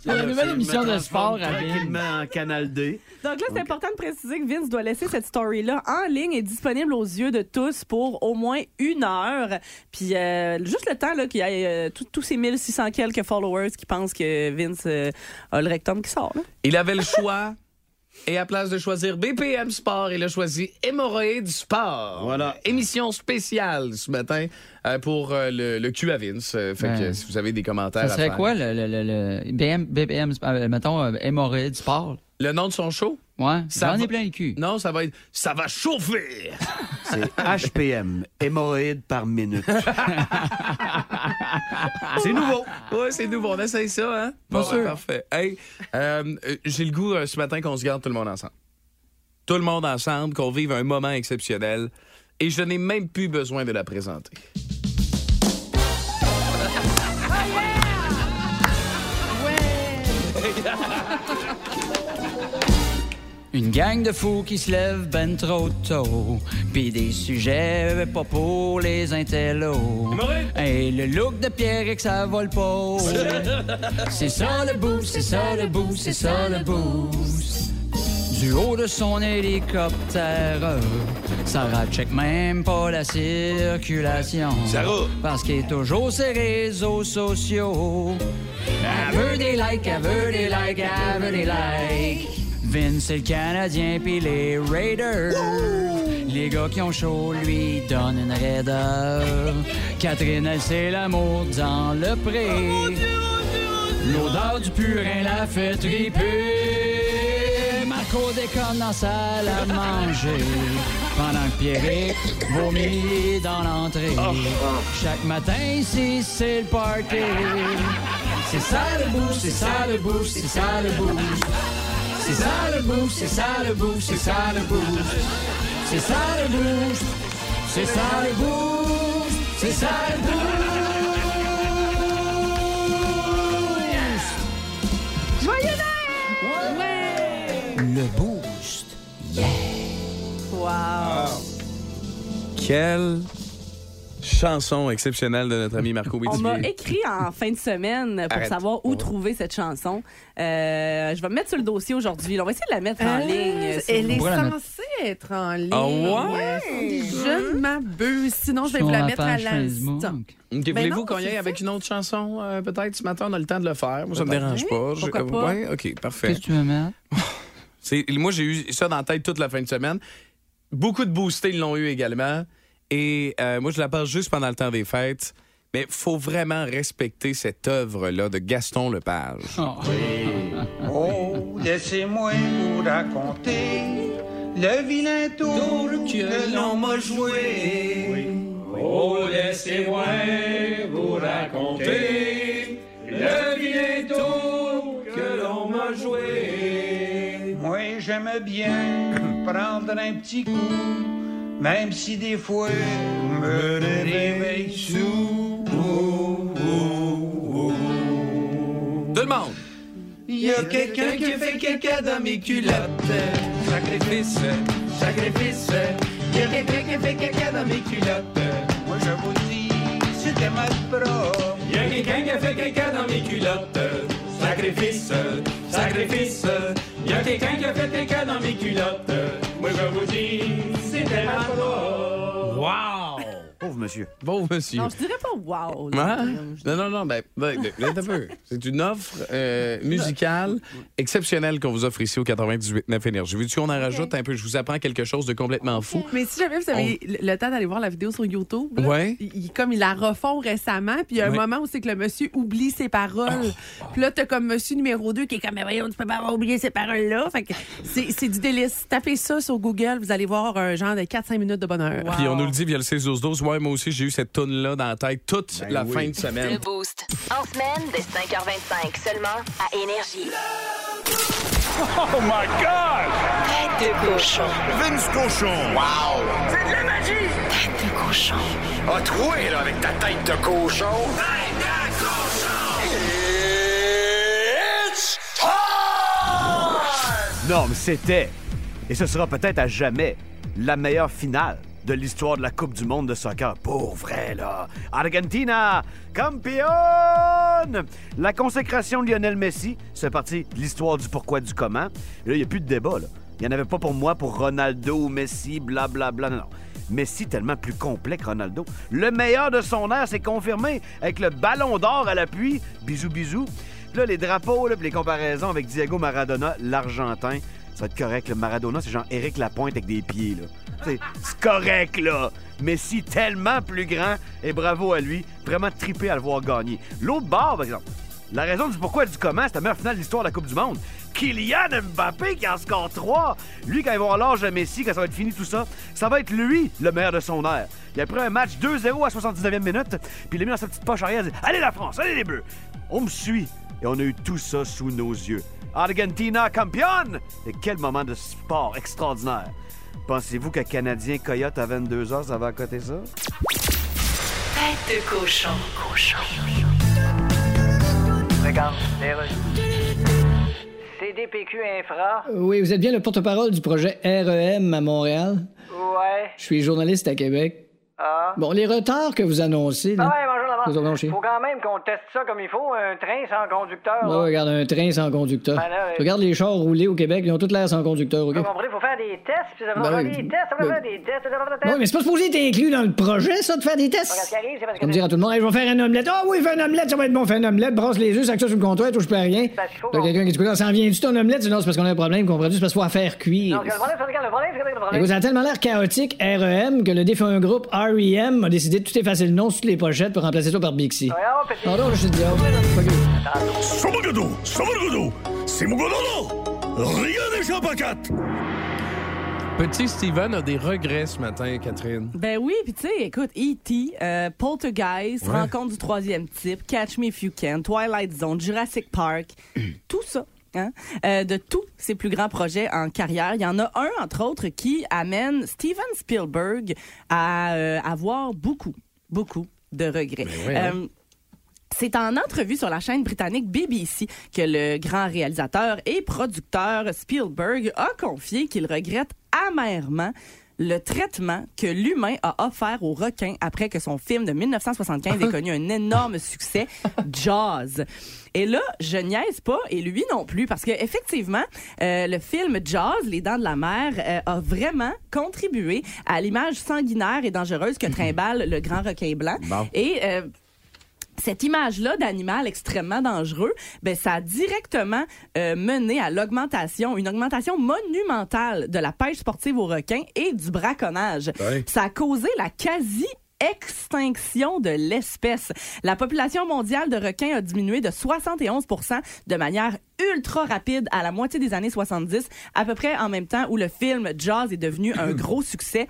Speaker 4: C'est la
Speaker 5: euh,
Speaker 4: nouvelle
Speaker 5: je
Speaker 4: émission
Speaker 5: me
Speaker 4: de sport
Speaker 5: transforme
Speaker 4: à Vince.
Speaker 5: Tranquillement en Canal D.
Speaker 6: Donc là, c'est important de préciser que Vince doit laisser cette story-là en ligne et disponible aux yeux de tous pour au moins une heure. Puis euh, juste le temps là, qu'il y ait euh, tout- tous ces 1600 quelques followers qui pensent que Vince euh, a le rectum qui sort. là.
Speaker 3: Il avait le choix. Et à place de choisir BPM Sport, il a choisi Hémorroïdes Sport. Voilà. Émission spéciale ce matin euh, pour euh, le, le cul à Vince. Euh, Fait
Speaker 4: Ben,
Speaker 3: que si vous avez des commentaires
Speaker 4: Ça
Speaker 3: à
Speaker 4: serait
Speaker 3: faire-
Speaker 4: quoi le, le, le, le BM, BBM, euh, mettons, euh, hémorroïde sport?
Speaker 3: Le nom de son show?
Speaker 4: Ouais,
Speaker 3: Ça
Speaker 4: j'en
Speaker 3: va-
Speaker 4: ai plein le cul.
Speaker 3: Non, ça va être Ça va chauffer!
Speaker 5: C'est HPM, hémorroïdes par minute.
Speaker 3: C'est nouveau. Ouais, c'est nouveau. On essaye ça, hein?
Speaker 4: Pas sûr.
Speaker 3: ouais, parfait. Hey, euh, euh, j'ai le goût euh, ce matin qu'on se garde tout le monde ensemble. Tout le monde ensemble, qu'on vive un moment exceptionnel. Et je n'ai même plus besoin de la présenter.
Speaker 4: Une gang de fous qui se lèvent ben trop tôt, puis des sujets euh, pas pour les intellos. Et le look de Pierre et que ça vole pas. C'est ça le boost, c'est ça le boost, c'est ça le boost. Du haut de son hélicoptère, Sarah check même pas la circulation.
Speaker 12: Sarah!
Speaker 4: Parce qu'il est toujours ses réseaux sociaux. Elle veut des likes, elle veut des likes, elle veut des likes. Vince, c'est le Canadien, puis les Raiders. Les gars qui ont chaud lui donnent une raideur. Catherine, elle sait l'amour dans le pré. L'odeur du purin la fait triper. Marco déconne dans la salle à manger. Pendant que Pierrick vomit dans l'entrée. Chaque matin ici, c'est le party. C'est ça le boost, c'est ça le boost, c'est ça le boost. C'est ça le boost, c'est ça le boost, c'est ça le boost. C'est ça le boost, c'est ça le boost, c'est ça le boost.
Speaker 6: Joyeux Noël!
Speaker 4: Le boost.
Speaker 6: Wow!
Speaker 3: Ah. Quelle chanson exceptionnelle de notre ami Marco
Speaker 6: On
Speaker 3: Witti.
Speaker 6: m'a écrit en fin de semaine pour
Speaker 3: Arrête.
Speaker 6: savoir où trouver cette chanson. Euh, je vais me mettre sur le dossier aujourd'hui. là. On va essayer de la mettre
Speaker 9: Euh,
Speaker 6: en ligne. si
Speaker 9: Elle
Speaker 6: vous
Speaker 9: est
Speaker 6: voulez.
Speaker 9: censée être en ligne.
Speaker 3: Ah ouais?
Speaker 9: Je m'abuse. Sinon, je vais
Speaker 4: Sur
Speaker 9: vous la
Speaker 4: la
Speaker 9: mettre à
Speaker 4: page
Speaker 9: l'instant.
Speaker 4: Facebook.
Speaker 3: Ok,
Speaker 9: Ben
Speaker 3: Voulez-vous
Speaker 9: non,
Speaker 3: qu'on y
Speaker 9: c'est
Speaker 3: aille
Speaker 9: ça.
Speaker 3: avec une autre chanson, euh, peut-être, ce matin? On a le temps de le faire. Moi, ça me
Speaker 9: Peut-être.
Speaker 3: dérange pas. Je- euh,
Speaker 9: Pourquoi pas?
Speaker 3: Ouais, OK, parfait.
Speaker 4: Qu'est-ce que tu veux mettre?
Speaker 3: C'est- moi, j'ai eu ça dans la tête toute la fin de semaine. Beaucoup de boostés l'ont eu également. Et euh, moi, je la parle juste pendant le temps des fêtes. Mais faut vraiment respecter cette œuvre-là de Gaston Lepage.
Speaker 13: Oh, laissez-moi vous raconter le vilain tour que l'on m'a joué. Oh, laissez-moi vous raconter le vilain tour que l'on m'a joué. Moi, j'aime bien prendre un petit coup, même si des fois je me réveille sous.
Speaker 3: Tout le monde!
Speaker 13: Il y a quelqu'un qui a fait caca dans mes culottes. Sacrifice, sacrifice. Il y a quelqu'un qui a fait caca dans mes culottes. Moi je vous dis, c'était ma pro. Il y a quelqu'un qui a fait caca dans mes culottes. Sacrifice, sacrifice. Il y a quelqu'un qui a fait caca dans mes culottes. Moi je vous dis, c'était ma pro.
Speaker 3: Wow!
Speaker 5: Pauvre monsieur.
Speaker 3: Pauvre monsieur.
Speaker 6: Non, je dirais pas wow. là.
Speaker 3: Hein? Non, non, non, ben, ben, ben, attends un peu. C'est une offre euh, musicale exceptionnelle qu'on vous offre ici au 98.9 Énergie. Veux-tu qu'on en rajoute un peu? Je vous apprends quelque chose de complètement fou.
Speaker 9: Mais si jamais vous avez le- le temps d'aller voir la vidéo sur YouTube, là,
Speaker 3: Ouais.
Speaker 9: il, il- comme il la refond récemment, puis il y a un
Speaker 3: Ouais.
Speaker 9: moment où c'est que le monsieur oublie ses paroles.
Speaker 3: Oh.
Speaker 9: Puis là, t'as comme monsieur numéro 2 qui est comme, mais voyons, tu peux pas avoir oublié ces paroles-là. Fait que c'est c'est du délice. Tapez ça sur Google, vous allez voir un genre de 4-5 minutes de bonheur.
Speaker 3: Puis on nous le dit via le 6-12-12. Ouais, moi aussi, j'ai eu cette toune-là dans la tête toute
Speaker 9: Ben
Speaker 3: la
Speaker 5: oui.
Speaker 3: fin de semaine.
Speaker 11: Le Boost. En semaine de 5h25 seulement à Énergie.
Speaker 13: Oh my God! Tête de cochon. Vince cochon. Wow! C'est de la magie! Tête de cochon. A troué, là, avec ta tête de cochon. Tête de cochon! It's
Speaker 5: Non, mais c'était, et ce sera peut-être à jamais, la meilleure finale de l'histoire de la Coupe du Monde de soccer. Pour vrai, là. Argentina, campion! La consécration de Lionel Messi, c'est parti de l'histoire du pourquoi du comment. Et là, il n'y a plus de débat, là. Il n'y en avait pas pour moi, pour Ronaldo ou Messi, blablabla. Non, non. Messi, tellement plus complet que Ronaldo. Le meilleur de son ère, c'est confirmé, avec le ballon d'or à l'appui. Bisous, bisous. Puis là, les drapeaux, là, puis les comparaisons avec Diego Maradona, l'Argentin, ça va être correct. Le Maradona, c'est genre Éric Lapointe avec des pieds, là. C'est c'est correct, là. Messi, tellement plus grand, et bravo à lui. Vraiment trippé à le voir gagner. L'autre bord, par exemple. La raison du pourquoi et du comment, c'est la meilleure finale de l'histoire de la Coupe du Monde. Kylian Mbappé qui en score 3. Lui, quand il va avoir l'âge de Messi, quand ça va être fini tout ça, ça va être lui le meilleur de son ère. Il a pris un match 2-0 à 79e minute, puis il l'a mis dans sa petite poche arrière. Il a dit Allez la France, allez les Bleus. On me suit. Et on a eu tout ça sous nos yeux. Argentina campion! Et quel moment de sport extraordinaire. Pensez-vous qu'un Canadien Coyote à 22h, ça va à côté ça?
Speaker 13: Tête de cochon. Cochon. Regarde, les
Speaker 12: CDPQ Infra.
Speaker 8: Oui, vous êtes bien le porte-parole du projet REM à Montréal.
Speaker 12: Ouais.
Speaker 8: Je suis journaliste à Québec.
Speaker 12: Ah.
Speaker 8: Bon, les retards que vous annoncez,
Speaker 12: Ah
Speaker 8: là,
Speaker 12: ouais, bonjour
Speaker 8: nous
Speaker 12: l'avant.
Speaker 8: allons chier.
Speaker 12: Faut quand même qu'on teste ça comme il faut, un train sans conducteur.
Speaker 8: Ouais,
Speaker 12: là.
Speaker 8: regarde, un train sans conducteur.
Speaker 12: Ben là, ouais. Ah,
Speaker 8: Tu Regarde les chars roulés au Québec, ils ont toutes l'air sans conducteur, OK?
Speaker 12: Vous comprenez, faut faire des tests, puis ça va
Speaker 8: Ben
Speaker 12: faire
Speaker 8: oui.
Speaker 12: des tests, ça va
Speaker 8: Ben-
Speaker 12: faire des tests, ça va faire des tests.
Speaker 8: Oui, mais c'est pas supposé être inclus dans le projet, ça, de faire des
Speaker 12: Regarde, ce
Speaker 8: tests.
Speaker 12: qui arrive, c'est parce que
Speaker 8: Comme dire à tout le monde, Hey, je vais faire une omelette. Ah oui, fais une omelette, ça va être bon, fais une omelette, brasse les œufs, sac ça sur le comptoir, touche pas à rien.
Speaker 12: Ben, hein.
Speaker 8: Là, quelqu'un qui dit, Coudonc, ça en vient-tu ton omelette? Je dis, Non, c'est parce qu'on a un problème, comprends-tu? C'est parce qu'il faut la faire cuire.
Speaker 12: Non, le problème, c'est que le problème, c'est que le problème.
Speaker 8: Écoute, ça a tellement l'air chaotique, REM, que le défunt groupe REM a décidé de tout effacer le nom sur toutes les pochettes pour remplacer ça par Bixi. Pardon, Ah je suis dit,
Speaker 14: Samargodo, Samargodo, c'est mon godono. Rien n'échappe à quatre.
Speaker 3: Petit Steven a des regrets ce matin,
Speaker 13: Hein?
Speaker 3: Catherine.
Speaker 6: Ben oui, puis tu sais, écoute, E.T., euh, Poltergeist,
Speaker 3: Ouais.
Speaker 6: Rencontre du troisième type, Catch Me If You Can, Twilight Zone, Jurassic Park, tout ça. Hein? Euh, de tous ses plus grands projets en carrière. Il y en a un, entre autres, qui amène Steven Spielberg à euh, avoir beaucoup, beaucoup de regrets.
Speaker 13: ouais, hein?
Speaker 6: Euh, c'est en entrevue sur la chaîne britannique BBC que le grand réalisateur et producteur Spielberg a confié qu'il regrette amèrement le traitement que l'humain a offert aux requins après que son film de 1975 ait connu un énorme succès, Jaws. Et là, je niaise pas, et lui non plus, parce que effectivement, euh, le film Jaws, Les Dents de la Mer, euh, a vraiment contribué à l'image sanguinaire et dangereuse que trimballe le grand requin blanc.
Speaker 13: Bon.
Speaker 6: Et euh, cette image-là d'animal extrêmement dangereux, ben ça a directement euh, mené à l'augmentation, une augmentation monumentale de la pêche sportive aux requins et du braconnage.
Speaker 13: Ouais.
Speaker 6: Ça a causé la quasi extinction de l'espèce. La population mondiale de requins a diminué de 71 de manière ultra rapide à la moitié des années 70, à peu près en même temps où le film Jaws est devenu un gros succès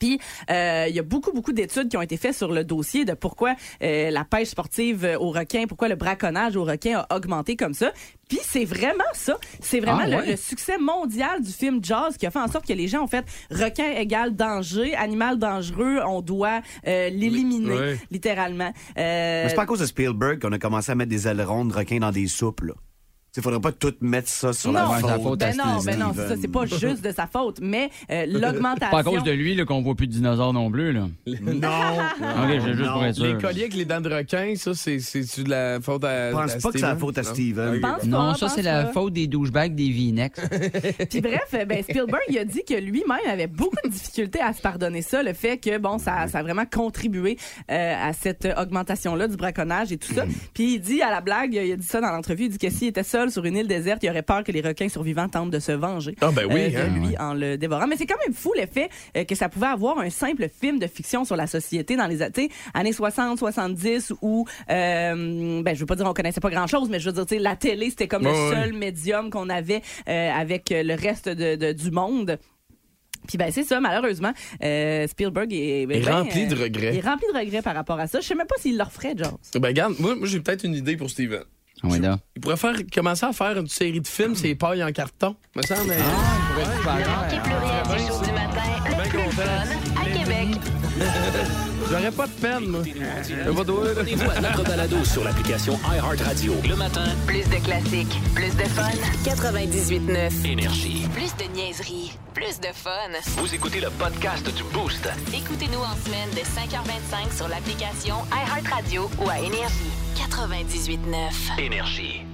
Speaker 6: puis, euh, il y a beaucoup, beaucoup d'études qui ont été faites sur le dossier de pourquoi euh, la pêche sportive euh, aux requins, pourquoi le braconnage aux requins a augmenté comme ça. Puis, c'est vraiment ça. C'est vraiment
Speaker 13: Ah,
Speaker 6: le-
Speaker 13: ouais.
Speaker 6: le succès mondial du film Jaws qui a fait en sorte que les gens ont fait requin égale danger, animal dangereux, on doit euh, l'éliminer,
Speaker 5: Ouais.
Speaker 6: littéralement. Euh,
Speaker 5: Mais c'est pas à cause de Spielberg qu'on a commencé à mettre des ailerons de requins dans des soupes, là. Il faudrait pas tout mettre ça sur la
Speaker 6: non,
Speaker 5: faute.
Speaker 6: ben non, ben non,
Speaker 5: Steven.
Speaker 6: c'est ça, c'est pas juste de sa faute, mais euh, l'augmentation.
Speaker 4: Pas à cause de lui là, qu'on voit plus de dinosaures non plus. Là.
Speaker 5: Non.
Speaker 4: ok, je veux juste pour être sûr.
Speaker 3: Ah, Les colliers avec les dents de requin, ça, c'est- c'est-tu de la faute à.
Speaker 5: Je pense
Speaker 3: à
Speaker 5: pas que c'est la
Speaker 3: Euh, Steven?
Speaker 5: faute à
Speaker 3: Non?
Speaker 5: Steven.
Speaker 3: Ok, bon.
Speaker 4: Non, ça, c'est la
Speaker 6: pas.
Speaker 4: faute des douchebags des V-Nex.
Speaker 6: Puis bref, euh, ben Spielberg il a dit que lui-même avait beaucoup de difficultés à se pardonner ça, le fait que bon, ça, ça a vraiment contribué euh, à cette augmentation-là du braconnage et tout ça. Puis il dit à la blague, il a dit ça dans l'entrevue, il dit que s'il était seul sur une île déserte, il aurait peur que les requins survivants tentent de se venger
Speaker 3: Ah, ben oui,
Speaker 6: de
Speaker 3: hein.
Speaker 6: lui en le dévorant. Mais c'est quand même fou l'effet euh, que ça pouvait avoir un simple film de fiction sur la société dans les tu sais, années 60, 70 où euh, ben je veux pas dire on connaissait pas grand-chose, mais je veux dire tu sais, la télé c'était comme
Speaker 15: Ouais,
Speaker 6: le
Speaker 15: ouais.
Speaker 6: seul médium qu'on avait euh, avec euh, le reste de- de- du monde. Puis ben c'est ça, malheureusement, euh, Spielberg est, ben,
Speaker 3: Il est
Speaker 6: ben,
Speaker 3: rempli de regrets.
Speaker 6: Il est rempli de regrets par rapport à ça. Je sais même pas s'il le referait, Jaws.
Speaker 3: Ben, regarde, moi, moi, j'ai peut-être une idée pour Steven.
Speaker 4: Oui, là.
Speaker 3: Il pourrait faire, commencer à faire une série de films, c'est les pailles en carton. Me semble. Ah,
Speaker 11: Manquez plus rien du show du matin, le plus fun à Québec.
Speaker 3: J'aurais pas de peine, moi. J'ai pas de-
Speaker 2: Abonnez-vous à notre balado sur l'application iHeartRadio. Le matin,
Speaker 11: Plus de classiques, plus de fun. 98.9.
Speaker 2: énergie.
Speaker 11: Plus de niaiserie, plus de fun.
Speaker 2: Vous écoutez le podcast du Boost.
Speaker 11: Écoutez-nous en semaine de 5h25 sur l'application iHeartRadio ou à Énergie. 98.9.
Speaker 2: Énergie.